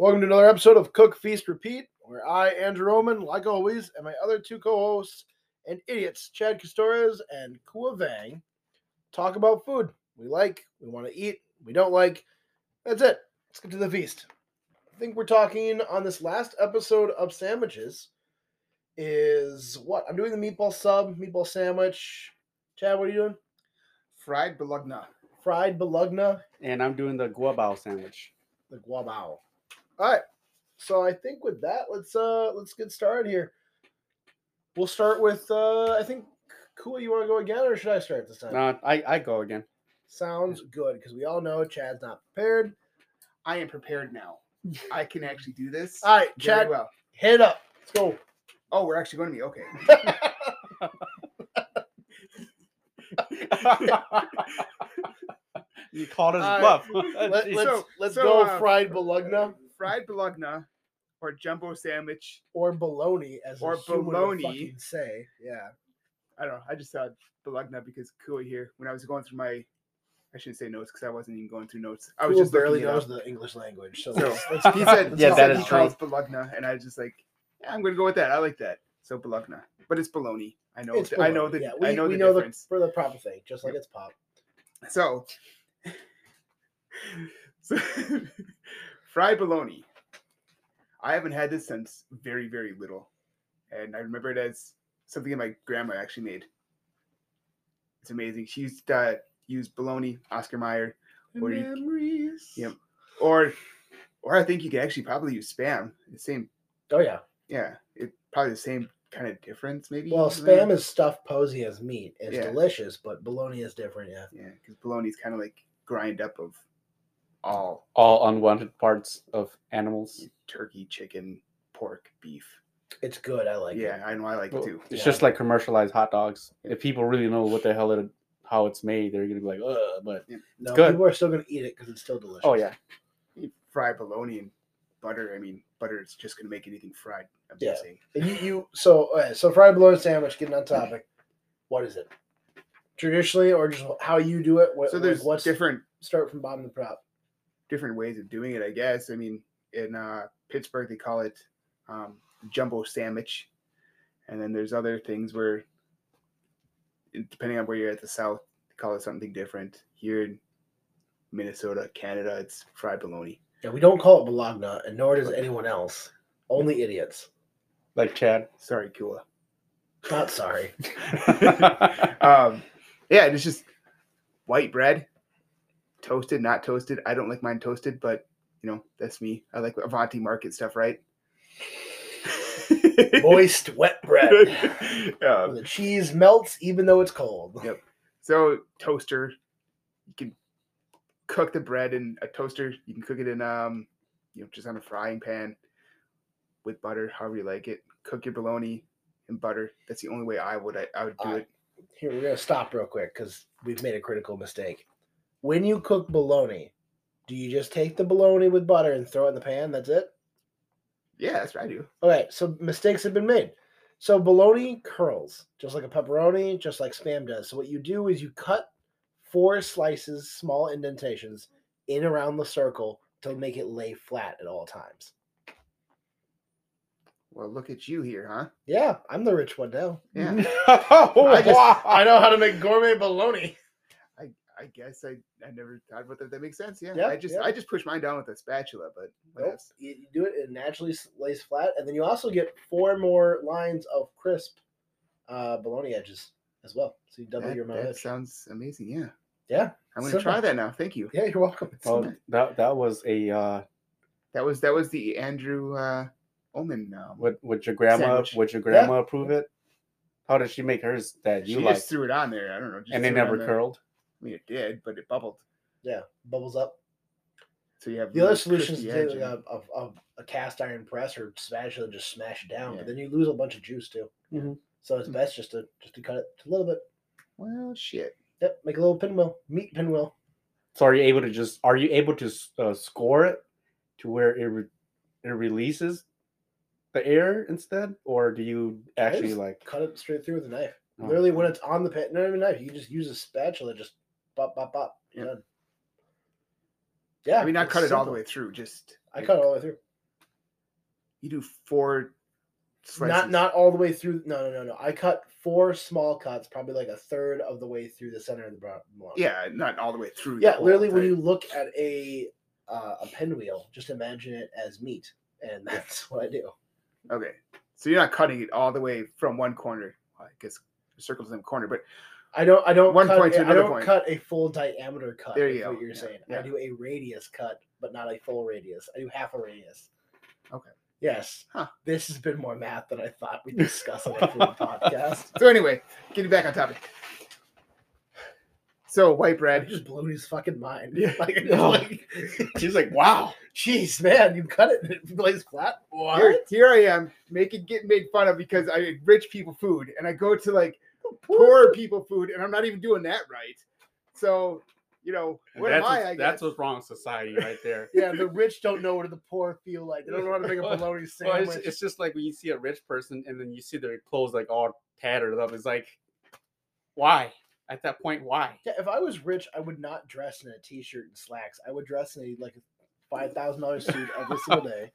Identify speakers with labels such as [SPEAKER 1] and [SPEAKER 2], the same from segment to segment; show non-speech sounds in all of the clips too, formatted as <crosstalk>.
[SPEAKER 1] episode of Cook, Feast, Repeat, where I, Andrew Roman, like always, and my other two co hosts and idiots, Chad Castores and Kua Vang, talk about food we like, we want to eat, we don't like. That's it. Let's get to the feast. I think we're talking on this last episode of sandwiches is what? I'm doing the meatball sub, meatball sandwich. Chad, what are you doing?
[SPEAKER 2] Fried bologna.
[SPEAKER 1] Fried bologna.
[SPEAKER 3] and I'm doing the guabao sandwich.
[SPEAKER 1] the guabao. All right. So I think with that, let's uh let's get started here. We'll start with uh I think Kua, you want to go again or should I start this time?
[SPEAKER 3] Uh, I I go again. <laughs>
[SPEAKER 1] Sounds good because we all know Chad's not prepared.
[SPEAKER 2] I am prepared now. I can actually do this.
[SPEAKER 1] All right,
[SPEAKER 2] very
[SPEAKER 1] Uh, Chad,
[SPEAKER 2] well.
[SPEAKER 1] hit up. Let's go.
[SPEAKER 2] Oh, we're actually going to be okay.
[SPEAKER 3] you called his
[SPEAKER 2] Uh,
[SPEAKER 3] bluff. <laughs>
[SPEAKER 1] Let,
[SPEAKER 3] Jeez.
[SPEAKER 1] let's
[SPEAKER 2] So-
[SPEAKER 1] let's
[SPEAKER 2] so,
[SPEAKER 1] go
[SPEAKER 2] uh,
[SPEAKER 1] fried bologna
[SPEAKER 2] Fried bologna or jumbo sandwich.
[SPEAKER 1] or bologna as
[SPEAKER 2] or
[SPEAKER 1] or bologna
[SPEAKER 2] bologna.
[SPEAKER 1] fucking say. Yeah.
[SPEAKER 2] I don't know. I just said bologna because Kua here. When I was going through my, I shouldn't say notes because I wasn't even going through notes. I was
[SPEAKER 1] Kua
[SPEAKER 2] just
[SPEAKER 1] barely
[SPEAKER 2] looking it
[SPEAKER 1] knows
[SPEAKER 2] up.
[SPEAKER 1] the English language. So,
[SPEAKER 2] So,
[SPEAKER 1] let's- let's <laughs>
[SPEAKER 2] He
[SPEAKER 1] keep-
[SPEAKER 2] <laughs> said,
[SPEAKER 3] Yeah,
[SPEAKER 2] he
[SPEAKER 1] not
[SPEAKER 3] that
[SPEAKER 2] said
[SPEAKER 1] like
[SPEAKER 3] is
[SPEAKER 2] he
[SPEAKER 1] he
[SPEAKER 3] true.
[SPEAKER 1] calls-
[SPEAKER 2] calls bologna, and I was just like, yeah, I'm going to go with that. I like that. So bologna, but it's bologna. I know.
[SPEAKER 1] It's
[SPEAKER 2] th- I know
[SPEAKER 1] bologna.
[SPEAKER 2] that.
[SPEAKER 1] Yeah, we,
[SPEAKER 2] I know
[SPEAKER 1] we
[SPEAKER 2] the
[SPEAKER 1] know
[SPEAKER 2] difference.
[SPEAKER 1] the for the proper thing, just like it's pop.
[SPEAKER 2] So, <laughs> so fried bologna. I haven't had this since very, very little. And I remember it as something that my grandma actually made. It's amazing. She used to uh, use bologna, Oscar Mayer, or you-
[SPEAKER 1] Memories.
[SPEAKER 2] Yep. or or I think you could actually probably use spam. The same,
[SPEAKER 1] Oh yeah.
[SPEAKER 2] yeah, it probably the same kind of difference, maybe.
[SPEAKER 1] Well, spam is stuffed posy as meat. It's
[SPEAKER 2] Yeah.
[SPEAKER 1] delicious, but bologna is different. Yeah.
[SPEAKER 2] yeah, because bologna is kind of like grind up of all
[SPEAKER 3] All unwanted parts of animals.
[SPEAKER 2] turkey, chicken, pork, beef.
[SPEAKER 1] It's good. I like
[SPEAKER 2] yeah,
[SPEAKER 1] it.
[SPEAKER 2] I know I like it
[SPEAKER 3] Well,
[SPEAKER 2] too.
[SPEAKER 3] It's
[SPEAKER 1] Yeah.
[SPEAKER 3] just like commercialized hot dogs. If people really know what the hell it, how it's made, they're gonna be like, Ugh, but
[SPEAKER 1] No,
[SPEAKER 3] good.
[SPEAKER 1] people are still gonna eat it because it's still delicious.
[SPEAKER 3] oh yeah,
[SPEAKER 2] You fry bologna and butter. I mean, butter is just gonna make anything fried. I'm
[SPEAKER 1] Yeah.
[SPEAKER 2] guessing.
[SPEAKER 1] And you, you so okay, so fried bologna sandwich. Getting on topic. What is it? Traditionally, or just how you do it? What,
[SPEAKER 2] so
[SPEAKER 1] like,
[SPEAKER 2] there's
[SPEAKER 1] what's
[SPEAKER 2] different
[SPEAKER 1] start from bottom to top?
[SPEAKER 2] different ways of doing it. I guess. I mean, in uh, Pittsburgh they call it um, jumbo sandwich, and then there's other things where, it- depending on where you're at the South, they call it something different. Here in Minnesota, Canada, it's fried bologna.
[SPEAKER 1] Yeah, we don't call it bologna, and nor does anyone else. Only idiots.
[SPEAKER 3] like Chad. <laughs>
[SPEAKER 2] Sorry, Kula.
[SPEAKER 1] Not
[SPEAKER 2] <laughs>
[SPEAKER 1] sorry.
[SPEAKER 2] um, yeah, and it's just white bread, toasted, not toasted. I don't like mine toasted, but you know that's me. I like Avanti Market stuff, right? <laughs>
[SPEAKER 1] Moist, wet bread.
[SPEAKER 2] <laughs>
[SPEAKER 1] Where
[SPEAKER 2] um,
[SPEAKER 1] the cheese melts even though it's cold.
[SPEAKER 2] Yep. so toaster, you can cook the bread in a toaster. You can cook it in um, you know, just on a frying pan with butter, however you like it. Cook your bologna in butter. That's the only way I would I, I would do
[SPEAKER 1] I-
[SPEAKER 2] it.
[SPEAKER 1] here we're gonna stop real quick because we've made a critical mistake. When you cook bologna, do you just take the bologna with butter and throw it in the pan? That's it.
[SPEAKER 2] Yeah, that's what I do.
[SPEAKER 1] Okay, so mistakes have been made. So bologna curls just like a pepperoni, just like spam does. So what you do is you cut four slices, small indentations, in around the circle to make it lay flat at all times.
[SPEAKER 2] Well, look at you here, huh?
[SPEAKER 1] Yeah, I'm the rich one now.
[SPEAKER 2] Yeah.
[SPEAKER 3] I
[SPEAKER 2] just-
[SPEAKER 3] I
[SPEAKER 1] know how to make gourmet bologna.
[SPEAKER 2] I guess I, I never thought about that. That makes sense. Yeah.
[SPEAKER 1] Yeah,
[SPEAKER 2] I just
[SPEAKER 1] yeah.
[SPEAKER 2] I just push mine down with a spatula, but what
[SPEAKER 1] Nope.
[SPEAKER 2] else?
[SPEAKER 1] You, you do it, it naturally s- lays flat, and then you also get four more lines of crisp uh, bologna edges as well. So you double
[SPEAKER 2] that,
[SPEAKER 1] your amount of
[SPEAKER 2] that
[SPEAKER 1] edge.
[SPEAKER 2] sounds amazing. Yeah.
[SPEAKER 1] Yeah,
[SPEAKER 2] I'm gonna
[SPEAKER 1] simple.
[SPEAKER 2] try that now. Thank you.
[SPEAKER 1] Yeah, you're welcome.
[SPEAKER 3] Well, that that was a uh,
[SPEAKER 2] That was that was the Andrew uh Omen um,
[SPEAKER 3] would would your grandma
[SPEAKER 2] Sandwich.
[SPEAKER 3] would your grandma approve it? How did she make hers that
[SPEAKER 2] she
[SPEAKER 3] you
[SPEAKER 2] just
[SPEAKER 3] like?
[SPEAKER 2] threw it on there. I don't know. Just
[SPEAKER 3] And they
[SPEAKER 2] threw it on
[SPEAKER 3] never
[SPEAKER 2] there.
[SPEAKER 3] curled.
[SPEAKER 2] I mean it did, but it bubbled.
[SPEAKER 1] <laughs> Yeah, bubbles up.
[SPEAKER 2] So you have
[SPEAKER 1] The other
[SPEAKER 2] really
[SPEAKER 1] solution is
[SPEAKER 2] crispy
[SPEAKER 1] to uh, take
[SPEAKER 2] edge
[SPEAKER 1] like
[SPEAKER 2] and-
[SPEAKER 1] a, a, a, a cast iron press or spatula and just smash it down,
[SPEAKER 2] Yeah.
[SPEAKER 1] but then you lose a bunch of juice too.
[SPEAKER 3] Mhm.
[SPEAKER 1] So it's
[SPEAKER 2] Mm.
[SPEAKER 1] best just to just to cut it a little bit.
[SPEAKER 2] well shit.
[SPEAKER 1] Yep, make a little pinwheel, meat pinwheel.
[SPEAKER 3] So are you able to just are you able to s- uh, score it to where it re- it releases the air instead, or do you actually
[SPEAKER 1] just
[SPEAKER 3] like?
[SPEAKER 1] Cut it straight through with a knife.
[SPEAKER 3] Oh.
[SPEAKER 1] Literally, when it's on the pan, not even a knife. You can just use a spatula, just pop, pop, pop.
[SPEAKER 2] Yeah.
[SPEAKER 1] Done. Yeah.
[SPEAKER 2] I mean I
[SPEAKER 1] it's
[SPEAKER 2] cut it all the
[SPEAKER 1] simple.
[SPEAKER 2] way through, just
[SPEAKER 1] I cut it all the way through.
[SPEAKER 2] You do four slices.
[SPEAKER 1] Not not all the way through. No, no, no, no. I cut four small cuts, probably like a third of the way through the center of the brown.
[SPEAKER 2] Yeah, not all the way through. the
[SPEAKER 1] Yeah,
[SPEAKER 2] whole
[SPEAKER 1] literally, when
[SPEAKER 2] thing.
[SPEAKER 1] you look at a uh, a pinwheel, just imagine it as meat, and <laughs> that's what I do.
[SPEAKER 2] Okay, so you're not cutting it all the way from one corner. Well, I guess the circle's in the corner, but
[SPEAKER 1] I don't. I don't.
[SPEAKER 2] One
[SPEAKER 1] cut,
[SPEAKER 2] point to
[SPEAKER 1] I
[SPEAKER 2] another
[SPEAKER 1] don't
[SPEAKER 2] point.
[SPEAKER 1] cut a full diameter cut.
[SPEAKER 2] There you
[SPEAKER 1] is
[SPEAKER 2] go.
[SPEAKER 1] What you're
[SPEAKER 2] Yeah,
[SPEAKER 1] saying. I
[SPEAKER 2] yeah.
[SPEAKER 1] do a radius cut, but not a full radius. I do half a radius.
[SPEAKER 2] Okay.
[SPEAKER 1] Yes.
[SPEAKER 2] Huh.
[SPEAKER 1] This has been more math than I thought we'd discuss on a <laughs> food podcast.
[SPEAKER 2] so anyway, getting back on topic. So white
[SPEAKER 1] I
[SPEAKER 2] bread.
[SPEAKER 1] just blew his fucking mind.
[SPEAKER 3] Yeah.
[SPEAKER 1] <laughs> Like, it's
[SPEAKER 3] No.
[SPEAKER 1] like,
[SPEAKER 3] She's like, wow.
[SPEAKER 1] jeez, man, you cut it and it <laughs> lays flat.
[SPEAKER 2] Here,
[SPEAKER 1] What?
[SPEAKER 2] here I am making get made fun of because I eat rich people food and I go to like poor people food and I'm not even doing that right. So you know
[SPEAKER 3] And
[SPEAKER 2] what
[SPEAKER 3] that's
[SPEAKER 2] am I?
[SPEAKER 3] what's-
[SPEAKER 2] I
[SPEAKER 3] that's
[SPEAKER 2] guess?
[SPEAKER 3] what's wrong with society right
[SPEAKER 2] <laughs>
[SPEAKER 3] there.
[SPEAKER 1] Yeah, the rich don't know what the poor feel like. They don't know how to <laughs> make a bologna
[SPEAKER 3] Well,
[SPEAKER 1] sandwich.
[SPEAKER 3] it's, it's just like when you see a rich person and then you see their clothes like all tattered up. It's like, why? At that point, why?
[SPEAKER 1] Yeah, if I was rich, I would not dress in a t-shirt and slacks. I would dress in a like five thousand dollar suit
[SPEAKER 2] <laughs>
[SPEAKER 1] every single day.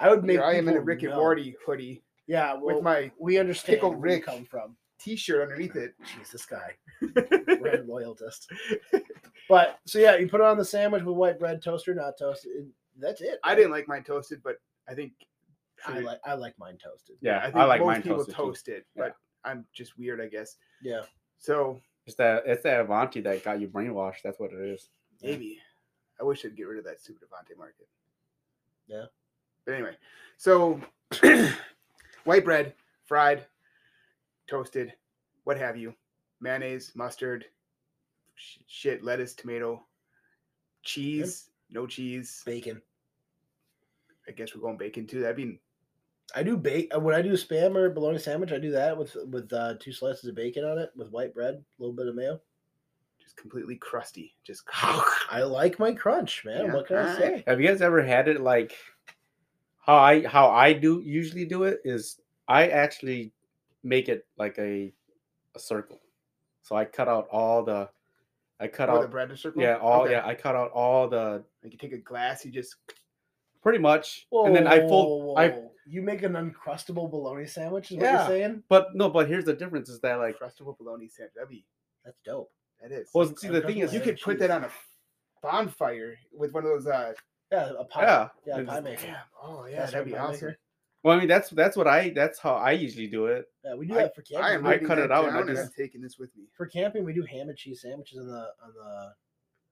[SPEAKER 1] I would make.
[SPEAKER 2] Here I am in a
[SPEAKER 1] people
[SPEAKER 2] Rick and
[SPEAKER 1] know.
[SPEAKER 2] Morty hoodie
[SPEAKER 1] Yeah, well,
[SPEAKER 2] with my
[SPEAKER 1] we understand
[SPEAKER 2] pickle
[SPEAKER 1] where you
[SPEAKER 2] Rick.
[SPEAKER 1] come from.
[SPEAKER 2] T-shirt underneath it.
[SPEAKER 1] Jeez, this guy,
[SPEAKER 2] <laughs>
[SPEAKER 1] red loyalist. But so yeah, you put it on the sandwich with white bread, toaster, not toasted. and that's it.
[SPEAKER 2] I didn't like mine toasted, but I think
[SPEAKER 1] I like I like mine toasted.
[SPEAKER 3] Yeah,
[SPEAKER 2] I think
[SPEAKER 3] I like
[SPEAKER 2] most
[SPEAKER 3] mine
[SPEAKER 2] people
[SPEAKER 3] toasted. too.
[SPEAKER 2] toast it, but I'm just weird, I guess.
[SPEAKER 1] Yeah,
[SPEAKER 2] So
[SPEAKER 3] It's that it's that Avanti that got you brainwashed. That's what it is. Yeah.
[SPEAKER 2] maybe I wish I'd get rid of that stupid Avante market.
[SPEAKER 1] Yeah.
[SPEAKER 2] But anyway, so <clears throat> white bread, fried, toasted, what have you, mayonnaise, mustard, sh- shit, lettuce, tomato, cheese, no cheese.
[SPEAKER 1] bacon.
[SPEAKER 2] I guess we're going bacon too. That'd be
[SPEAKER 1] I do bake when I do spam or bologna sandwich. I do that with with uh, two slices of bacon on it, with white bread, a little bit of mayo.
[SPEAKER 2] just completely crusty. Just
[SPEAKER 3] <laughs>
[SPEAKER 1] I like my crunch, man.
[SPEAKER 2] Yeah,
[SPEAKER 1] What can I
[SPEAKER 2] alright.
[SPEAKER 1] say?
[SPEAKER 3] Have you guys ever had it like how I how I do usually do it is I actually make it like a a circle. So I cut out all the I cut
[SPEAKER 2] oh, the
[SPEAKER 3] out
[SPEAKER 2] bread in a circle.
[SPEAKER 3] yeah all
[SPEAKER 2] Okay.
[SPEAKER 3] yeah I cut out all the
[SPEAKER 2] Like you take a glass, you just
[SPEAKER 3] pretty much and then I fold I
[SPEAKER 1] Whoa. you make an uncrustable bologna sandwich, is
[SPEAKER 3] Yeah.
[SPEAKER 1] what you're saying?
[SPEAKER 3] but no but here's the difference is that
[SPEAKER 2] like
[SPEAKER 3] like
[SPEAKER 2] crustable bologna sandwich. That'd be
[SPEAKER 1] That's dope.
[SPEAKER 2] that is.
[SPEAKER 3] well see the thing is
[SPEAKER 2] you
[SPEAKER 1] Cheddar
[SPEAKER 2] could put that
[SPEAKER 1] cheese.
[SPEAKER 2] on a bonfire with one of those. uh
[SPEAKER 1] Yeah, a pie.
[SPEAKER 3] yeah
[SPEAKER 1] yeah, a
[SPEAKER 3] it's-
[SPEAKER 1] pie maker.
[SPEAKER 2] Damn! Oh yeah,
[SPEAKER 1] That's
[SPEAKER 2] that'd
[SPEAKER 1] right,
[SPEAKER 2] be
[SPEAKER 1] pie
[SPEAKER 2] awesome.
[SPEAKER 1] maker.
[SPEAKER 3] well I mean that's that's what I that's how I usually do it
[SPEAKER 1] Yeah, we do
[SPEAKER 2] I-
[SPEAKER 1] that for camping.
[SPEAKER 2] I am.
[SPEAKER 1] We-
[SPEAKER 3] I
[SPEAKER 2] writing
[SPEAKER 3] cut
[SPEAKER 2] that
[SPEAKER 3] it out and I
[SPEAKER 2] down I'm
[SPEAKER 3] just-
[SPEAKER 2] taking this with me.
[SPEAKER 1] for camping, we do ham and cheese sandwiches on the on the.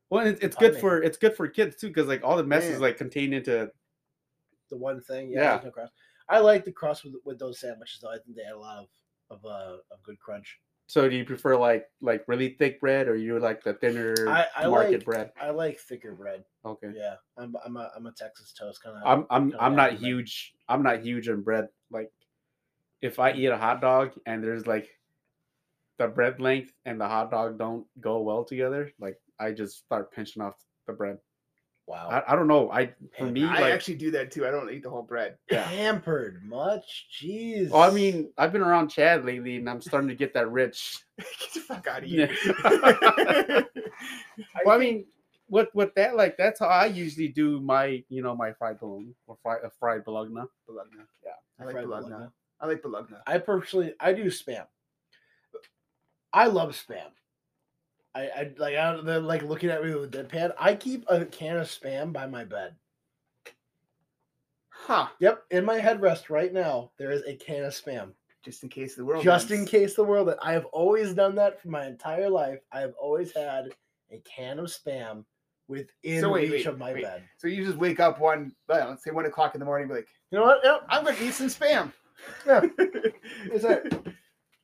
[SPEAKER 3] well it's, it's
[SPEAKER 1] Pie
[SPEAKER 3] good for it's good for kids too because like all the mess
[SPEAKER 2] Yeah.
[SPEAKER 3] is like contained into
[SPEAKER 1] the one thing.
[SPEAKER 3] Yeah.
[SPEAKER 1] Yeah, there's no crust. I like the crust with, with those sandwiches though. I think they add a lot of of uh, of good crunch.
[SPEAKER 3] So do you prefer like like really thick bread or you like the thinner
[SPEAKER 1] I- I
[SPEAKER 3] market
[SPEAKER 1] like-
[SPEAKER 3] bread?
[SPEAKER 1] I like thicker bread.
[SPEAKER 3] Okay.
[SPEAKER 1] Yeah, I'm I'm a I'm a Texas toast kind of.
[SPEAKER 3] I'm I'm
[SPEAKER 1] kinda like
[SPEAKER 3] I'm not
[SPEAKER 1] bread.
[SPEAKER 3] huge. I'm not huge on bread. Like if I eat a hot dog and there's like the bread length and the hot dog don't go well together, like I just start pinching off the bread.
[SPEAKER 1] wow.
[SPEAKER 3] I, I don't know. I for
[SPEAKER 1] Hey,
[SPEAKER 3] me
[SPEAKER 2] I
[SPEAKER 3] like
[SPEAKER 2] actually do that too. I don't eat the whole bread. <laughs>
[SPEAKER 3] yeah.
[SPEAKER 1] Pampered much, jeez.
[SPEAKER 3] well, I mean, I've been around Chad lately and I'm starting to get that rich.
[SPEAKER 1] <laughs>
[SPEAKER 2] Get the fuck out of
[SPEAKER 3] Yeah.
[SPEAKER 2] here.
[SPEAKER 3] Well, I mean, with with that, like that's how I usually do my, you know, my fried bologna or fried, uh, fried bologna.
[SPEAKER 2] <laughs> Bologna.
[SPEAKER 3] Yeah.
[SPEAKER 2] I like
[SPEAKER 1] Fried
[SPEAKER 2] bologna.
[SPEAKER 1] bologna.
[SPEAKER 2] I like bologna.
[SPEAKER 1] I personally, I do spam. I love spam. I, I like I don't, they're like looking at me with a deadpan. I keep a can of spam by my bed.
[SPEAKER 2] Huh?
[SPEAKER 1] Yep, in my headrest right now, there is a can of spam,
[SPEAKER 2] Just in case the world.
[SPEAKER 1] just in
[SPEAKER 2] ends.
[SPEAKER 1] case the world. I have always done that for my entire life. I have always had a can of spam within
[SPEAKER 2] So wait,
[SPEAKER 1] reach
[SPEAKER 2] wait,
[SPEAKER 1] of my
[SPEAKER 2] wait.
[SPEAKER 1] bed.
[SPEAKER 2] So you just wake up one, well, let's say one o'clock in the morning, and be like,
[SPEAKER 1] You know what? Yeah,
[SPEAKER 2] I'm gonna eat some <laughs> spam.
[SPEAKER 1] Yeah.
[SPEAKER 2] Is
[SPEAKER 3] <laughs>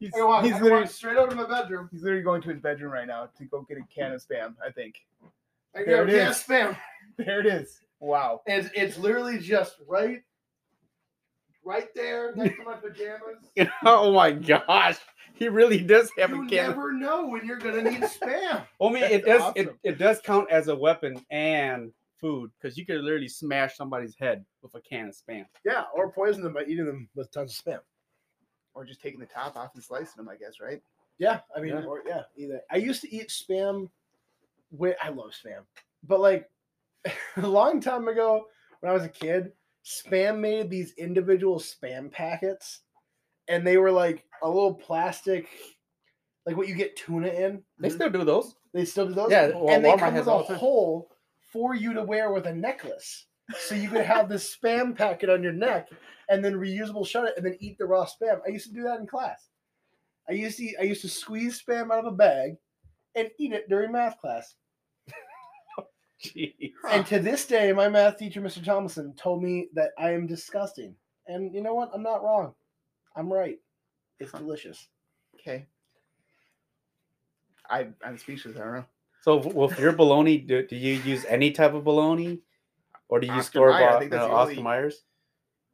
[SPEAKER 2] he's,
[SPEAKER 1] I walk-
[SPEAKER 2] he's
[SPEAKER 1] I walk
[SPEAKER 2] literally
[SPEAKER 1] straight over to my bedroom.
[SPEAKER 2] he's literally going to his bedroom right now to go get a can of spam. I think
[SPEAKER 1] I
[SPEAKER 2] There
[SPEAKER 1] got a
[SPEAKER 2] it
[SPEAKER 1] can of
[SPEAKER 2] is.
[SPEAKER 1] spam.
[SPEAKER 2] there it is.
[SPEAKER 3] <laughs>
[SPEAKER 2] Wow.
[SPEAKER 1] It's it's literally just right, right there next to my pajamas.
[SPEAKER 2] <laughs>
[SPEAKER 3] oh my gosh, he really does have
[SPEAKER 1] you
[SPEAKER 3] a can.
[SPEAKER 1] never know when you're gonna need spam.
[SPEAKER 3] I mean, it
[SPEAKER 2] That's
[SPEAKER 3] does it,
[SPEAKER 2] awesome.
[SPEAKER 3] it does count as a weapon and food because you could literally smash somebody's head with a can of spam.
[SPEAKER 1] Yeah, or poison them by eating them with tons of spam.
[SPEAKER 2] <laughs> Or just taking the top off and slicing them, I guess, right?
[SPEAKER 1] Yeah, I mean,
[SPEAKER 3] Yeah.
[SPEAKER 1] or yeah, either. I used to eat spam. <laughs> With I love spam, but like a long time ago when I was a kid, Spam made these individual spam packets, and they were like a little plastic, like what you get tuna in.
[SPEAKER 3] They still do those.
[SPEAKER 1] They still do those.
[SPEAKER 3] Yeah, well,
[SPEAKER 1] and they
[SPEAKER 3] Walmart
[SPEAKER 1] come
[SPEAKER 3] has
[SPEAKER 1] with a
[SPEAKER 3] all the time.
[SPEAKER 1] hole for you to wear with a necklace, so you could have this spam packet on your neck, and then reusable shut it, and then eat the raw spam. I used to do that in class. I used to I used to squeeze spam out of a bag, and eat it during math class.
[SPEAKER 3] <laughs> Jeez.
[SPEAKER 1] And to this day, my math teacher, Mr. Thomason, told me that I am disgusting. And you know what? I'm not wrong. I'm right. It's
[SPEAKER 2] Huh.
[SPEAKER 1] delicious.
[SPEAKER 2] Okay. I I'm speechless. I don't know.
[SPEAKER 3] So, w- well, if you're bologna, do, do you use any type of bologna, or do you use
[SPEAKER 2] Oscar
[SPEAKER 3] store
[SPEAKER 2] Mayer, I
[SPEAKER 3] bought
[SPEAKER 2] think that's
[SPEAKER 3] uh,
[SPEAKER 2] the
[SPEAKER 3] Oscar
[SPEAKER 2] only-
[SPEAKER 3] Myers?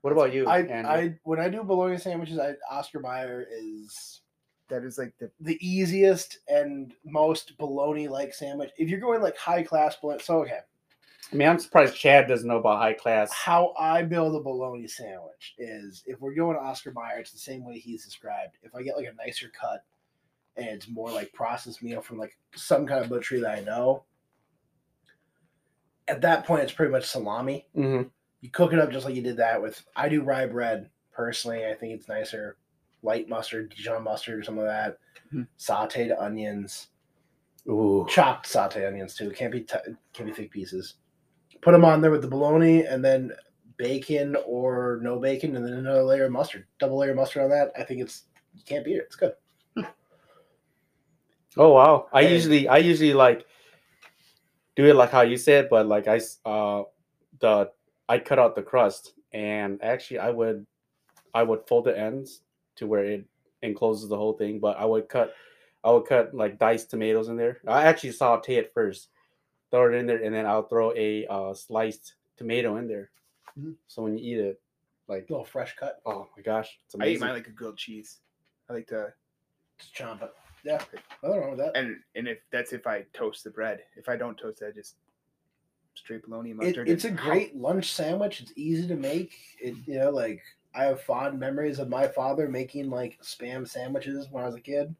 [SPEAKER 3] What about you?
[SPEAKER 1] I,
[SPEAKER 3] Andrew?
[SPEAKER 1] I when I do bologna sandwiches, I Oscar Mayer is
[SPEAKER 2] That is like the
[SPEAKER 1] the easiest and most bologna like sandwich. If you're going like high class bologna, so okay.
[SPEAKER 3] I mean, I'm surprised Chad doesn't know about high class.
[SPEAKER 1] How I build a bologna sandwich is if we're going Oscar Mayer, it's the same way he's described. If I get like a nicer cut and it's more like processed meal from like some kind of butchery that I know, at that point it's pretty much salami.
[SPEAKER 3] Mhm.
[SPEAKER 1] You cook it up just like you did that with I do rye bread personally. I think it's nicer. Light mustard, Dijon mustard, or some of that.
[SPEAKER 2] Mhm.
[SPEAKER 1] Sauteed onions
[SPEAKER 3] Ooh,
[SPEAKER 1] chopped saute onions too. Can't be t- can't be thick pieces. Put them on there with the bologna and then bacon or no bacon, and then another layer of mustard, double layer of mustard on that. I think it's you can't beat it. It's good.
[SPEAKER 3] Oh wow! I
[SPEAKER 1] And-
[SPEAKER 3] usually I usually like do it like how you said, but like I s- uh the I cut out the crust and actually I would I would fold the ends to where it encloses the whole thing, but I would cut I would cut like diced tomatoes in there. I actually saute it first, throw it in there, and then I'll throw a uh, sliced tomato in there.
[SPEAKER 2] Mhm.
[SPEAKER 3] So when you eat it, like
[SPEAKER 1] A little fresh cut.
[SPEAKER 3] oh my gosh, it's
[SPEAKER 2] I eat
[SPEAKER 3] amazing.
[SPEAKER 2] mine like a grilled cheese. I like to
[SPEAKER 1] Just chomp it. Yeah, nothing wrong with that.
[SPEAKER 2] and and if that's if I toast the bread. If I don't toast, I just straight bologna
[SPEAKER 1] It,
[SPEAKER 2] mustard.
[SPEAKER 1] it's a
[SPEAKER 2] and-
[SPEAKER 1] great lunch sandwich. It's easy to make. It you know like I have fond memories of my father making like spam sandwiches when I was a kid.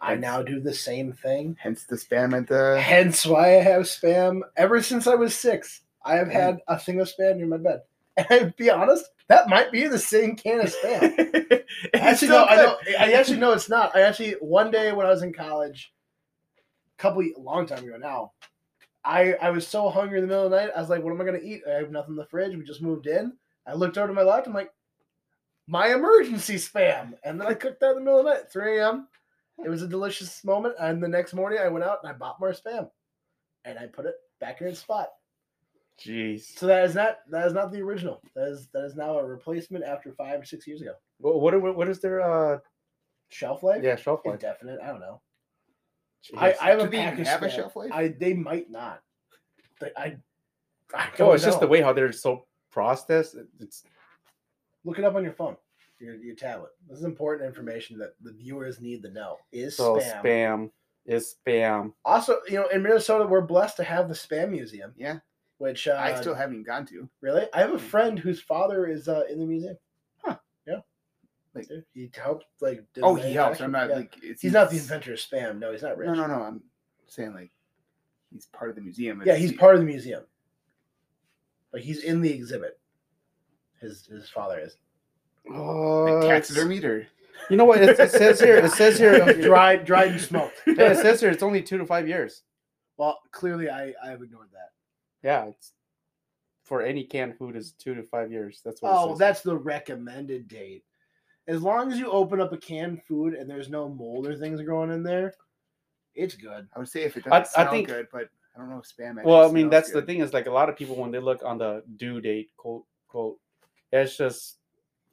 [SPEAKER 1] I
[SPEAKER 2] Thanks.
[SPEAKER 1] now do the same thing.
[SPEAKER 2] Hence the spam at the <laughs>
[SPEAKER 1] Hence why I have spam ever since I was six. I have had a thing of spam in my bed. <laughs> And to be honest, that might be the same can of spam.
[SPEAKER 3] <laughs>
[SPEAKER 1] actually, no, I, don't, I actually know it's not. I actually, one day when I was in college, a couple, a long time ago now, I, I was so hungry in the middle of the night. I was like, what am I going to eat? I have nothing in the fridge. We just moved in. I looked over to my left. I'm like, my emergency spam. And then I cooked that in the middle of the night, 3 a.m. It was a delicious moment. And the next morning, I went out and I bought more spam and I put it back in its spot.
[SPEAKER 3] Jeez,
[SPEAKER 1] So that is not that is not the original. That is that is now a replacement after five or six years ago.
[SPEAKER 3] what what, are- what is their uh
[SPEAKER 1] Shelf life?
[SPEAKER 3] yeah shelf life?
[SPEAKER 1] Indefinite. I don't know. I, I have
[SPEAKER 2] Do
[SPEAKER 1] a
[SPEAKER 2] they
[SPEAKER 1] pack
[SPEAKER 2] even
[SPEAKER 1] of
[SPEAKER 2] have a
[SPEAKER 1] spam.
[SPEAKER 2] shelf life?
[SPEAKER 1] I they might not. They- I, I don't
[SPEAKER 3] Oh, it's just the
[SPEAKER 1] know.
[SPEAKER 3] way how they're so processed. It- It's
[SPEAKER 1] Look it up on your phone, your, your tablet. This is important information that the viewers need to know. Is
[SPEAKER 3] so
[SPEAKER 1] spam.
[SPEAKER 3] spam. is spam.
[SPEAKER 1] Also, you know, in Minnesota, we're blessed to have the spam museum.
[SPEAKER 2] Yeah.
[SPEAKER 1] Which uh,
[SPEAKER 2] I still haven't gone to.
[SPEAKER 1] Really? I have a friend whose father is uh, in the museum.
[SPEAKER 2] Huh.
[SPEAKER 1] Yeah.
[SPEAKER 2] Like-
[SPEAKER 1] Dude, he helped like did
[SPEAKER 2] Oh,
[SPEAKER 1] the
[SPEAKER 2] he helps.
[SPEAKER 1] manufacture-
[SPEAKER 2] I'm not
[SPEAKER 1] yeah.
[SPEAKER 2] like it's,
[SPEAKER 1] he's not the
[SPEAKER 2] it's-
[SPEAKER 1] inventor of spam. No, he's not rich.
[SPEAKER 2] No, no, no. I'm saying like he's part of the museum.
[SPEAKER 1] Yeah,
[SPEAKER 2] It's-
[SPEAKER 1] he's part of the museum. Like he's in the exhibit. His his father is.
[SPEAKER 3] Oh,
[SPEAKER 2] like, taxidermied or
[SPEAKER 3] you know what? It, it says here. It says <laughs> here. yeah,
[SPEAKER 1] <laughs> dried dried and <laughs> smoked.
[SPEAKER 3] it says here. It's only two to five years.
[SPEAKER 1] well, clearly I I have ignored that.
[SPEAKER 3] Yeah, it's for any canned food is two to five years. That's what. it
[SPEAKER 1] Oh, well,
[SPEAKER 3] says.
[SPEAKER 1] that's the recommended date. As long as you open up a canned food and there's no mold or things growing in there, it's good.
[SPEAKER 2] I would say if it doesn't
[SPEAKER 3] I- I
[SPEAKER 2] smell
[SPEAKER 3] think-
[SPEAKER 2] good, but I don't know if spam. actually
[SPEAKER 3] Well, I mean,
[SPEAKER 2] smells
[SPEAKER 3] that's the
[SPEAKER 2] good.
[SPEAKER 3] thing is like a lot of people when they look on the due date, quote quote, it's just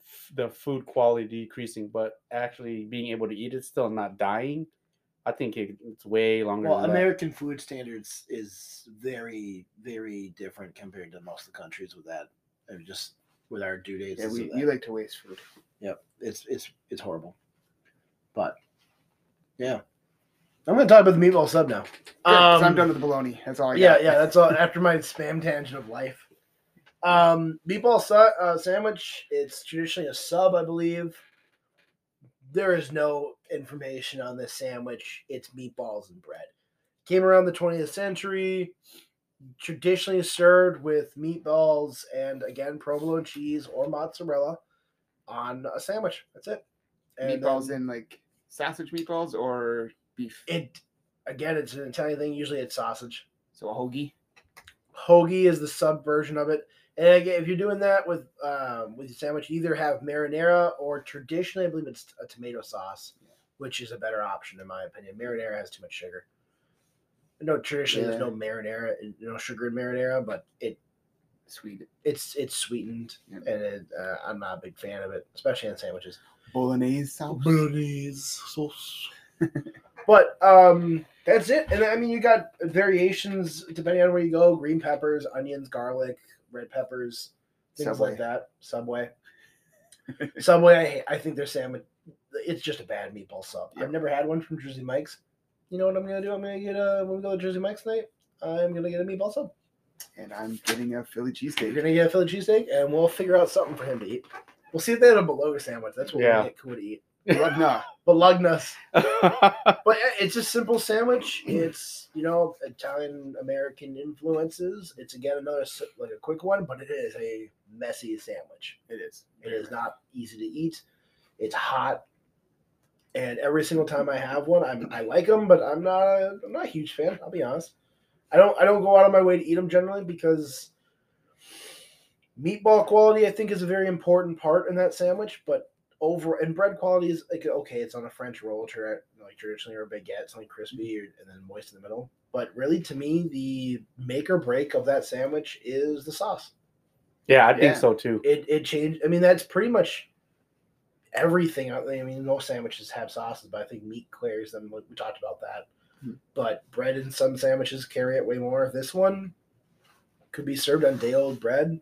[SPEAKER 3] f- the food quality decreasing, but actually being able to eat it still not dying. I think it, it's way longer.
[SPEAKER 1] Well,
[SPEAKER 3] than that.
[SPEAKER 1] American food standards is very, very different compared to most of the countries with that. And just with our due dates,
[SPEAKER 2] Yeah,
[SPEAKER 1] and
[SPEAKER 2] we,
[SPEAKER 1] stuff
[SPEAKER 2] we
[SPEAKER 1] like
[SPEAKER 2] like to waste food.
[SPEAKER 1] that. it's it's it's horrible. But yeah, I'm gonna talk about the meatball sub now.
[SPEAKER 2] Good, 'cause I'm
[SPEAKER 1] Um,
[SPEAKER 2] done with the bologna. That's all I
[SPEAKER 1] yeah,
[SPEAKER 2] got.
[SPEAKER 1] yeah, that's all after my spam tangent of life. Um, meatball su- uh, sandwich. It's traditionally a sub, I believe. There is no information on this sandwich. It's meatballs and bread. Came around the 20th century. traditionally served with meatballs and again provolone cheese or mozzarella on a sandwich. That's it. And
[SPEAKER 2] meatballs
[SPEAKER 1] then
[SPEAKER 2] in like sausage meatballs or beef.
[SPEAKER 1] it again, it's an Italian thing. Usually, it's sausage.
[SPEAKER 2] So a hoagie.
[SPEAKER 1] Hoagie is the sub version of it. And again, if you're doing that with um, with your sandwich, you either have marinara or traditionally, I believe it's a tomato sauce, which is a better option in my opinion. Marinara has too much sugar. No, traditionally there's
[SPEAKER 2] Yeah.
[SPEAKER 1] no marinara, no sugar in marinara, but it
[SPEAKER 2] Sweet.
[SPEAKER 1] it's it's sweetened
[SPEAKER 2] Yeah.
[SPEAKER 1] and it, uh, I'm not a big fan of it, especially on sandwiches.
[SPEAKER 2] Bolognese sauce.
[SPEAKER 1] Bolognese sauce. but um, that's it. And I mean, you got variations depending on where you go: green peppers, onions, garlic, red peppers, things
[SPEAKER 2] Subway.
[SPEAKER 1] like that.
[SPEAKER 2] <laughs>
[SPEAKER 1] Subway. Subway. I, I think their sandwich. It's just a bad meatball sub.
[SPEAKER 2] Yeah.
[SPEAKER 1] I've never had one from Jersey Mike's. You know what I'm gonna do? I'm gonna get a when we go to Jersey Mike's tonight. I'm gonna get a meatball sub.
[SPEAKER 2] And I'm getting a Philly
[SPEAKER 1] You're
[SPEAKER 2] cheesesteak.
[SPEAKER 1] gonna get a Philly cheesesteak, and we'll figure out something for him to eat. We'll see if they had a bologna sandwich. That's what
[SPEAKER 3] Yeah.
[SPEAKER 1] we get Kua to eat.
[SPEAKER 2] Bologna.
[SPEAKER 1] <laughs> Bolognas.
[SPEAKER 3] <laughs> yeah,
[SPEAKER 1] But uh, it's a simple sandwich. It's you know Italian American influences. It's again another s- like a quick one, but it is a messy sandwich.
[SPEAKER 2] It is.
[SPEAKER 1] It is not easy to eat. It's hot, and every single time I have one, I'm, I like them, but I'm not a, I'm not a huge fan. I'll be honest. I don't I don't go out of my way to eat them generally because meatball quality I think is a very important part in that sandwich, but over and bread quality is like okay, it's on a French roll, tra- like traditionally or a baguette, something crispy or, and then moist in the middle. But really, to me, the make or break of that sandwich is the sauce
[SPEAKER 3] I think
[SPEAKER 2] Yeah.
[SPEAKER 3] so too.
[SPEAKER 1] it it changed. I mean, that's pretty much everything. out there. I mean, most sandwiches have sauces, but I think meat carries them. like, We talked about that.
[SPEAKER 2] Hmm.
[SPEAKER 1] But bread and some sandwiches carry it way more. This one could be served on day old bread,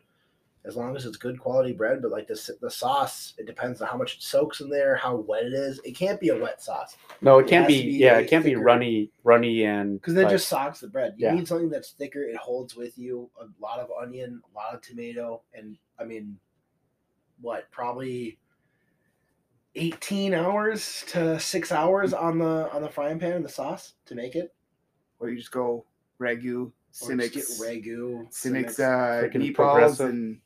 [SPEAKER 1] as long as it's good quality bread. But like the the sauce, it depends on how much it soaks in there, how wet it is. It can't be a wet sauce
[SPEAKER 3] No, it
[SPEAKER 1] It
[SPEAKER 3] can't
[SPEAKER 1] has
[SPEAKER 3] be.
[SPEAKER 1] to be
[SPEAKER 3] Yeah,
[SPEAKER 1] a
[SPEAKER 3] it can't be
[SPEAKER 1] thicker-
[SPEAKER 3] runny, runny, and
[SPEAKER 1] because then
[SPEAKER 3] like-
[SPEAKER 1] it just socks the bread. You
[SPEAKER 3] Yeah.
[SPEAKER 1] need something that's thicker. It holds with you a lot of onion, a lot of tomato, and I mean, what probably eighteen hours to six hours on the on the frying pan and the sauce to make it.
[SPEAKER 2] Or you just go ragu,
[SPEAKER 1] Or just get
[SPEAKER 2] Simix,
[SPEAKER 1] ragu.
[SPEAKER 2] Simix
[SPEAKER 1] Simix.
[SPEAKER 2] uh,
[SPEAKER 3] Freaking
[SPEAKER 2] meatballs,
[SPEAKER 3] progressive.
[SPEAKER 2] and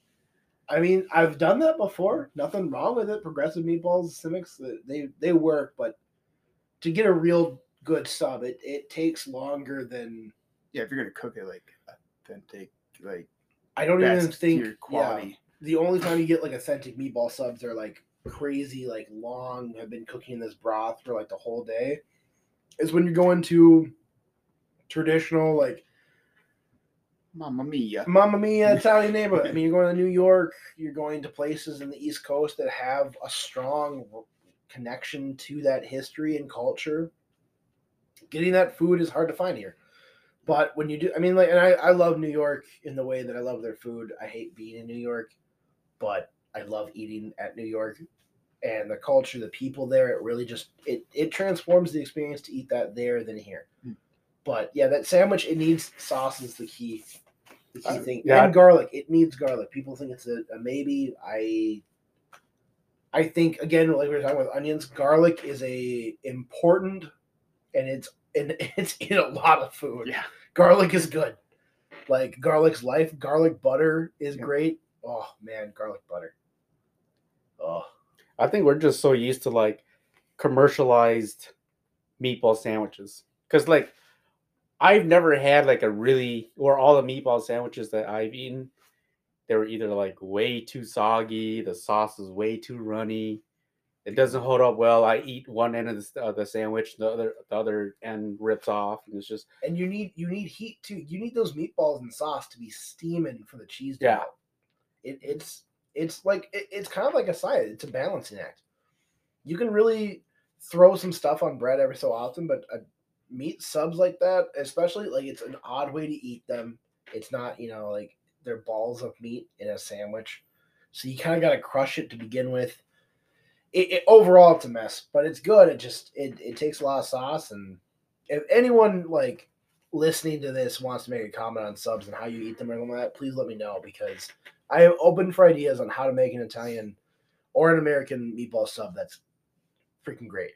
[SPEAKER 1] I mean, I've done that before. Nothing wrong with it. Progressive meatballs, Simics, they they work, but to get a real good sub, it it takes longer than
[SPEAKER 2] yeah, if you're gonna cook it like authentic, like
[SPEAKER 1] I don't
[SPEAKER 2] that's
[SPEAKER 1] even think
[SPEAKER 2] your
[SPEAKER 1] yeah.
[SPEAKER 2] quality.
[SPEAKER 1] the only time you get like authentic meatball subs are like crazy, like long, have been cooking this broth for like the whole day, is when you're going to traditional, like
[SPEAKER 2] Mamma mia.
[SPEAKER 1] Mamma Mia Italian neighborhood. I mean, you're going to New York, you're going to places in the East Coast that have a strong connection to that history and culture. Getting that food is hard to find here. But when you do, I mean, like, and I, I love New York in the way that I love their food. I hate being in New York, but I love eating at New York and the culture, the people there. It really just it it transforms the experience to eat that there than here.
[SPEAKER 2] Hmm.
[SPEAKER 1] But yeah, that sandwich it needs sauce is the key, the key
[SPEAKER 2] Uh,
[SPEAKER 1] thing.
[SPEAKER 3] yeah.
[SPEAKER 1] And garlic, it needs garlic. People think it's a, a maybe. I I think again, like we were talking with onions, garlic is a important, and it's and <laughs> it's in a lot of food
[SPEAKER 2] Yeah.
[SPEAKER 1] garlic is good. Like garlic's life, garlic butter is
[SPEAKER 2] Yeah.
[SPEAKER 1] great. Oh man, garlic butter. Oh,
[SPEAKER 3] I think we're just so used to like commercialized meatball sandwiches. Cause like I've never had like a really or all the meatball sandwiches that I've eaten, they were either like way too soggy, the sauce is way too runny, it doesn't hold up well. I eat one end of the, s- of the sandwich, the other the other end rips off, and it's just
[SPEAKER 1] and you need you need heat too. You need those meatballs and sauce to be steaming for the cheese. to
[SPEAKER 3] Yeah.
[SPEAKER 1] melt. it, it's it's like it- it's kind of like a side. It's a balancing act. You can really throw some stuff on bread every so often, but a meat subs like that, especially like it's an odd way to eat them. It's not you know like they're balls of meat in a sandwich, so you kind of got to crush it to begin with. It, it overall it's a mess, but it's good. It just it, it takes a lot of sauce and if anyone like listening to this wants to make a comment on subs and how you eat them or something like that, please let me know because I am open for ideas on how to make an Italian or an American meatball sub that's freaking great.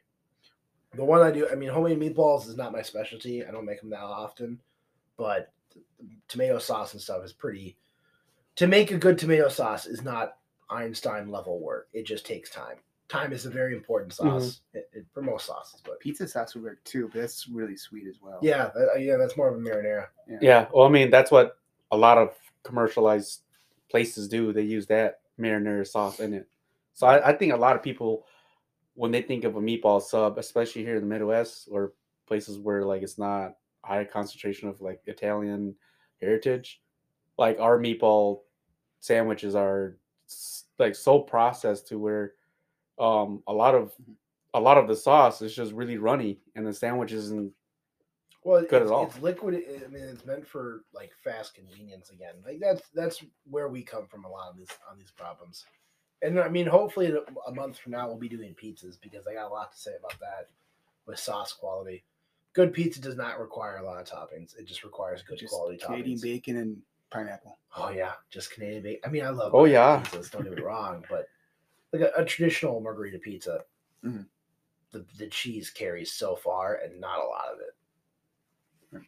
[SPEAKER 1] The one I do, I mean, homemade meatballs is not my specialty. I don't make them that often, but tomato sauce and stuff is pretty. To make a good tomato sauce is not Einstein level work. It just takes time. Time is a very important sauce it, it- for most sauces, but
[SPEAKER 2] Pizza sauce would work too, but that's really sweet as well.
[SPEAKER 1] yeah, that, uh, yeah, that's more of a marinara.
[SPEAKER 3] Yeah. Well, I mean, that's what a lot of commercialized places do. They use that marinara sauce in it. So I, I think a lot of people, when they think of a meatball sub, especially here in the Midwest or places where like it's not high concentration of like Italian heritage, like our meatball sandwiches are s- like so processed to where um a lot of a lot of the sauce is just really runny and the sandwiches and
[SPEAKER 1] Well,
[SPEAKER 3] Good
[SPEAKER 1] it's,
[SPEAKER 3] at all.
[SPEAKER 1] it's liquid. I mean, it's meant for like fast convenience again. Like that's that's where we come from a lot of these on these problems. And I mean, hopefully, in a- a month from now, we'll be doing pizzas because I got a lot to say about that with sauce quality. Good pizza does not require a lot of toppings. It just requires good
[SPEAKER 2] Just
[SPEAKER 1] quality
[SPEAKER 2] Canadian
[SPEAKER 1] toppings.
[SPEAKER 2] bacon and pineapple.
[SPEAKER 1] Oh yeah, just Canadian bacon. I mean, I love.
[SPEAKER 3] Oh,
[SPEAKER 1] margarita
[SPEAKER 3] yeah.
[SPEAKER 1] pizzas, don't get me wrong, but like a, a traditional margarita pizza,
[SPEAKER 3] Mm-hmm.
[SPEAKER 2] Mhm.
[SPEAKER 1] the the cheese carries so far, and not a lot of it.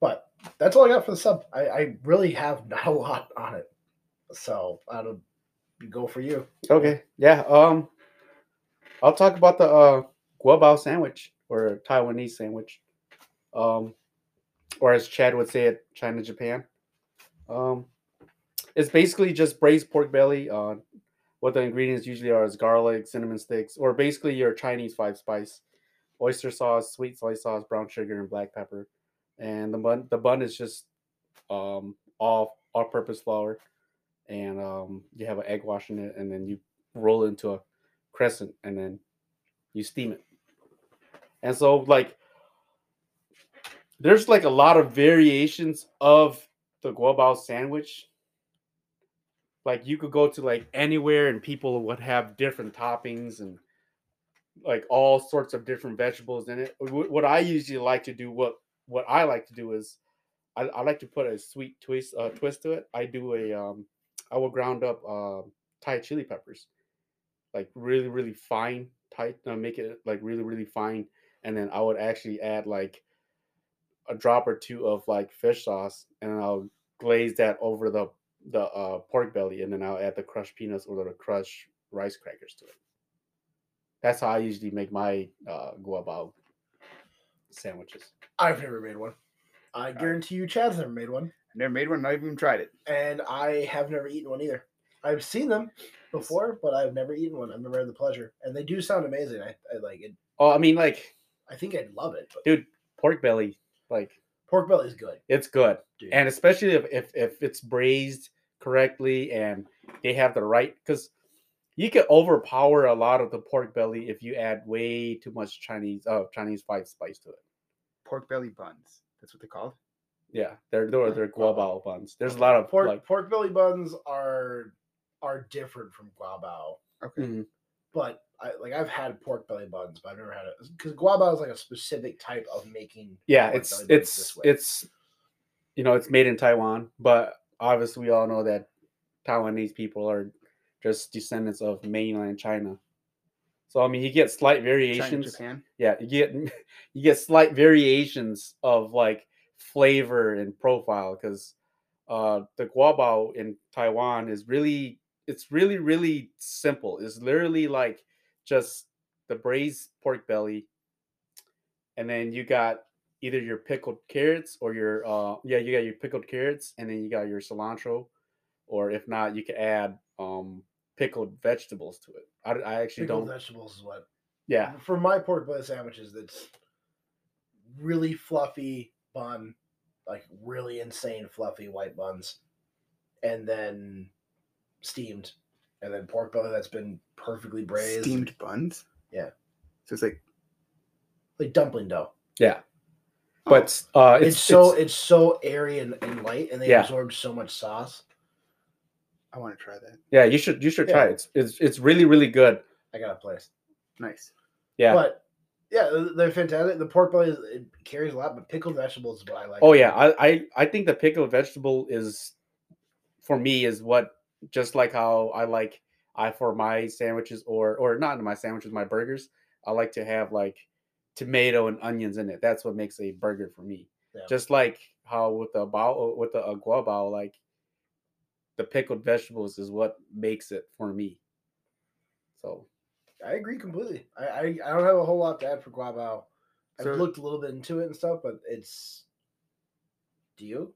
[SPEAKER 1] But that's all I got for the sub. I, I really have <laughs> not a lot on it, so I don't go for you.
[SPEAKER 3] Okay. Yeah. Um, I'll talk about the uh, guabao sandwich or Taiwanese sandwich, um, or as Chad would say it, China Japan. Um, it's basically just braised pork belly. Uh, what the ingredients usually are is garlic, cinnamon sticks, or basically your Chinese five spice, oyster sauce, sweet soy sauce, brown sugar, and black pepper. And the bun, the bun is just um, all all-purpose flour and um, you have an egg wash in it, and then you roll it into a crescent, and then you steam it. And so, like, there's like a lot of variations of the guabao sandwich. Like, you could go to like anywhere, and people would have different toppings and like all sorts of different vegetables in it. Wh- What I usually like to do, what what I like to do is, I, I like to put a sweet twist uh, twist to it. I do a um, I will ground up uh, Thai chili peppers, like really, really fine. Thai, uh, make it like really, really fine, and then I would actually add like a drop or two of like fish sauce, and I'll glaze that over the the uh, pork belly, and then I'll add the crushed peanuts or the crushed rice crackers to it. That's how I usually make my uh, guabao sandwiches.
[SPEAKER 1] I've never made one. I guarantee you, Chad's never made one,
[SPEAKER 2] I've never made one, not even tried it.
[SPEAKER 1] and I have never eaten one either. I've seen them before, but I've never eaten one. I've never had the pleasure, and they do sound amazing. I, I like it.
[SPEAKER 3] Oh, I mean, like,
[SPEAKER 1] I think I'd love it, but
[SPEAKER 3] dude, pork belly, like
[SPEAKER 1] pork belly is good.
[SPEAKER 3] it's good.
[SPEAKER 1] Dude.
[SPEAKER 3] and especially if, if if it's braised correctly and they have the right because you can overpower a lot of the pork belly if you add way too much Chinese uh Chinese five spice to it.
[SPEAKER 2] Pork belly buns. That's what they're called.
[SPEAKER 3] Yeah, they're they're, they're guabao buns. There's a lot of
[SPEAKER 1] pork
[SPEAKER 3] like
[SPEAKER 1] pork belly buns are are different from guabao,
[SPEAKER 2] Okay.
[SPEAKER 3] Mhm.
[SPEAKER 1] but I like I've had pork belly buns, but I've never had it because guabao is like a specific type of making.
[SPEAKER 3] yeah,
[SPEAKER 1] pork
[SPEAKER 3] it's
[SPEAKER 1] belly buns
[SPEAKER 3] it's
[SPEAKER 1] this way.
[SPEAKER 3] it's you know it's made in Taiwan, but obviously we all know that Taiwanese people are just descendants of mainland China. So I mean, you get slight
[SPEAKER 2] China,
[SPEAKER 3] variations.
[SPEAKER 2] Japan.
[SPEAKER 3] yeah you get <laughs> you get slight variations of like flavor and profile because uh the guabao in taiwan is really it's really really simple it's literally like just the braised pork belly and then you got either your pickled carrots or your uh yeah you got your pickled carrots and then you got your cilantro or if not you can add um pickled vegetables to it i, I actually
[SPEAKER 1] pickled uh-huh.
[SPEAKER 3] don't
[SPEAKER 1] vegetables is what
[SPEAKER 3] yeah
[SPEAKER 1] for my pork belly sandwiches. That's really fluffy bun, like really insane fluffy white buns, and then steamed, and then pork belly that's been perfectly braised,
[SPEAKER 2] Steamed buns.
[SPEAKER 1] Yeah.
[SPEAKER 2] So it's like
[SPEAKER 1] like dumpling dough.
[SPEAKER 3] but uh
[SPEAKER 1] it's, so it's, so airy and, and light, and they
[SPEAKER 3] Yeah.
[SPEAKER 1] absorb so much sauce.
[SPEAKER 2] I want to try that.
[SPEAKER 3] Yeah, you should you should
[SPEAKER 1] Yeah.
[SPEAKER 3] try it. It's, it's it's really really good.
[SPEAKER 1] I got a place,
[SPEAKER 2] Nice.
[SPEAKER 3] Yeah.
[SPEAKER 1] but yeah, th- they're fantastic. The pork belly it carries a lot, but pickled vegetables is what I like.
[SPEAKER 3] oh yeah, I, I I think the pickled vegetable is for me is what just like how I like I for my sandwiches or or not my sandwiches my burgers I like to have like tomato and onions in it. That's what makes a burger for me.
[SPEAKER 1] Yeah.
[SPEAKER 3] Just like how with the bao with the agua bao, like the pickled vegetables is what makes it for me. So
[SPEAKER 1] I agree completely. I, I, I don't have a whole lot to add for guabao. I've
[SPEAKER 2] So-
[SPEAKER 1] looked a little bit into it and stuff, but it's. Do you?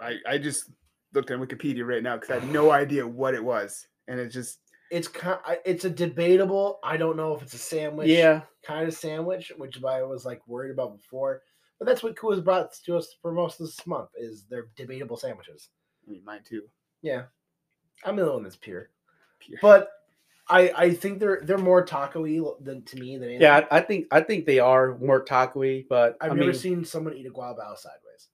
[SPEAKER 2] I, I just looked on Wikipedia right now because I
[SPEAKER 1] <sighs>
[SPEAKER 2] had no idea what it was. And it's just
[SPEAKER 1] It's kind. It's a debatable. I don't know if it's a sandwich.
[SPEAKER 3] yeah,
[SPEAKER 1] Kind of sandwich, which I was like worried about before. But that's what Kua's brought to us for most of this month is their debatable sandwiches.
[SPEAKER 2] I mean, mine too.
[SPEAKER 1] I'm the one that's pure.
[SPEAKER 2] Pure.
[SPEAKER 1] But I I think they're they're more taco-y than to me than anything.
[SPEAKER 3] yeah, I, I think I think they are more taco-y, but
[SPEAKER 1] I've
[SPEAKER 3] I
[SPEAKER 1] never
[SPEAKER 3] mean,
[SPEAKER 1] seen someone eat a guabao sideways.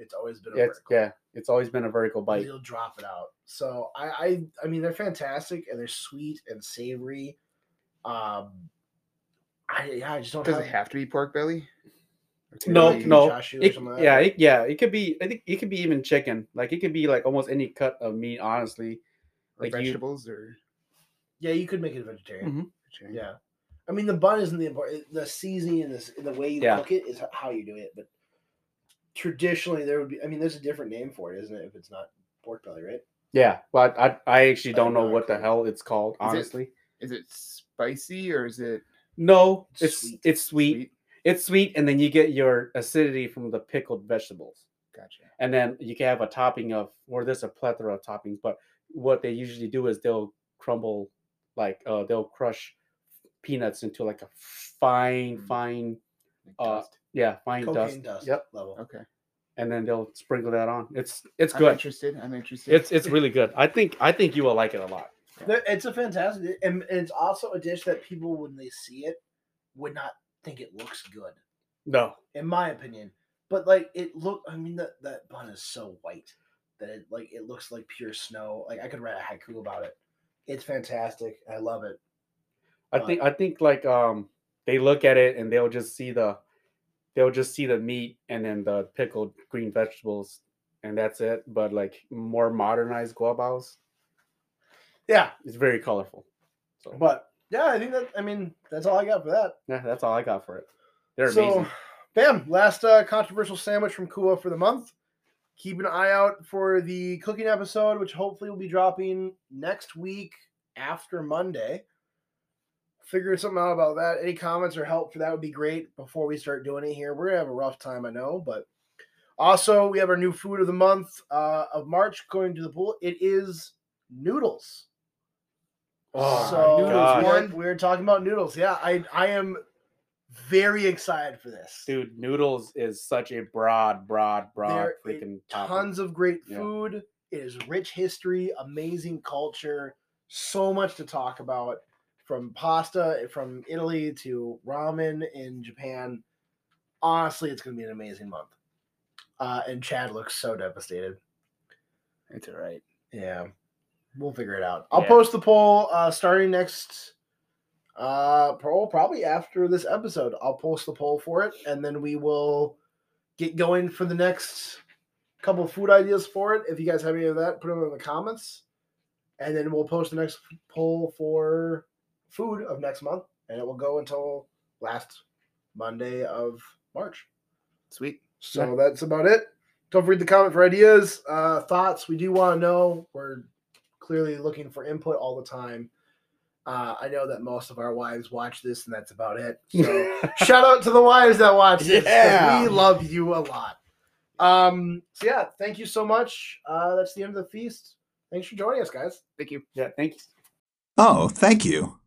[SPEAKER 1] It's always been a
[SPEAKER 3] it's,
[SPEAKER 1] vertical.
[SPEAKER 3] yeah, it's always been a vertical bite.
[SPEAKER 1] They'll drop it out. So I, I I mean they're fantastic and they're sweet and savory. Um I yeah, I just don't
[SPEAKER 2] Does
[SPEAKER 1] have
[SPEAKER 2] it have to be pork belly? Or can it
[SPEAKER 3] No,
[SPEAKER 2] be-
[SPEAKER 3] no,
[SPEAKER 1] Joshua or
[SPEAKER 3] It-
[SPEAKER 1] something like
[SPEAKER 3] yeah,
[SPEAKER 1] that.
[SPEAKER 3] it, yeah, it could be. I think it could be even chicken. Like it could be like almost any cut of meat. Honestly,
[SPEAKER 2] Or
[SPEAKER 3] like you-
[SPEAKER 2] vegetables or
[SPEAKER 1] Yeah, you could make it vegetarian.
[SPEAKER 3] Mhm.
[SPEAKER 1] Yeah. I mean the bun isn't the important the seasoning and the, s- the way you
[SPEAKER 3] Yeah.
[SPEAKER 1] cook it is h- how you do it, but traditionally there would be I mean there's a different name for it, isn't it, if it's not pork belly, right?
[SPEAKER 3] yeah. But I, I actually
[SPEAKER 1] I
[SPEAKER 3] don't
[SPEAKER 1] have
[SPEAKER 3] know
[SPEAKER 1] no
[SPEAKER 3] what the
[SPEAKER 1] clue.
[SPEAKER 3] hell it's called.
[SPEAKER 2] Is it
[SPEAKER 3] Honestly,
[SPEAKER 2] Is it spicy or is it
[SPEAKER 3] no, it's
[SPEAKER 1] Sweet.
[SPEAKER 3] it's sweet.
[SPEAKER 2] sweet?
[SPEAKER 3] It's sweet, and then you get your acidity from the pickled vegetables,
[SPEAKER 2] Gotcha.
[SPEAKER 3] and then you can have a topping of, or there's a plethora of toppings. But what they usually do is they'll crumble, like uh, they'll crush peanuts into like a fine,
[SPEAKER 2] Mm.
[SPEAKER 3] fine,
[SPEAKER 2] Like
[SPEAKER 3] Uh,
[SPEAKER 2] dust.
[SPEAKER 3] yeah, fine
[SPEAKER 1] Cocaine
[SPEAKER 3] dust.
[SPEAKER 1] dust,
[SPEAKER 3] Yep,
[SPEAKER 1] level.
[SPEAKER 2] Okay.
[SPEAKER 3] and then they'll sprinkle that on. It's it's
[SPEAKER 2] I'm
[SPEAKER 3] good.
[SPEAKER 2] interested. I'm interested.
[SPEAKER 3] It's it's really good. I think I think you will like it a lot.
[SPEAKER 1] There- It's a fantastic, and and it's also a dish that people, when they see it, would not think it looks good,
[SPEAKER 3] No.
[SPEAKER 1] in my opinion. But like it look, I mean that that bun is so white that it like it looks like pure snow. Like I could write a haiku about it. It's fantastic. I love it.
[SPEAKER 3] I
[SPEAKER 1] Uh,
[SPEAKER 3] think I think like um they look at it and they'll just see the they'll just see the meat and then the pickled green vegetables and that's it. But like more modernized guabaos,
[SPEAKER 1] Yeah,
[SPEAKER 3] it's very colorful. So
[SPEAKER 1] but yeah, I think that. I mean, that's all I got for that.
[SPEAKER 3] yeah, that's all I got for it. They're
[SPEAKER 1] so,
[SPEAKER 3] amazing.
[SPEAKER 1] bam! Last uh, controversial sandwich from Kua for the month. Keep an eye out for the cooking episode, which hopefully will be dropping next week after Monday. Figure something out about that. Any comments or help for that would be great before we start doing it here. We're gonna have a rough time, I know, but also we have our new food of the month uh, of March going to the pool. It is noodles.
[SPEAKER 3] Oh,
[SPEAKER 1] so
[SPEAKER 2] noodles,
[SPEAKER 1] we were-
[SPEAKER 2] one.
[SPEAKER 1] we were talking about noodles. Yeah, I I am very excited for this.
[SPEAKER 3] Dude, noodles is such a broad, broad, broad
[SPEAKER 1] There is
[SPEAKER 3] freaking topic. <laughs>
[SPEAKER 1] tons of great
[SPEAKER 3] Yeah.
[SPEAKER 1] food. It is rich history, amazing culture, so much to talk about from pasta eh, from Italy to ramen in Japan. Honestly, it's going to be an amazing month. Uh, and Chad looks so devastated.
[SPEAKER 2] it's all right.
[SPEAKER 1] Yeah, we'll figure it out. I'll
[SPEAKER 3] Yeah.
[SPEAKER 1] post the poll uh, starting next. Uh, poll probably after this episode. I'll post the poll for it, and then we will get going for the next couple food ideas for it. If you guys have any of that, put them in the comments, and then we'll post the next poll for food of next month, and it will go until last Monday of March.
[SPEAKER 2] Sweet.
[SPEAKER 1] So that's about it. Don't forget to comment for ideas, uh, thoughts. We do want to know. We're clearly looking for input all the time. Uh, I know that most of our wives watch this, and that's about it. So
[SPEAKER 3] <laughs>
[SPEAKER 1] shout out to the wives that watch this. 'cause
[SPEAKER 3] Yeah.
[SPEAKER 1] We love you a lot. Um, so yeah, thank you so much. Uh, that's the end of the feast. Thanks for joining us, guys.
[SPEAKER 2] Thank you.
[SPEAKER 3] yeah, thank you.
[SPEAKER 4] Oh, thank you.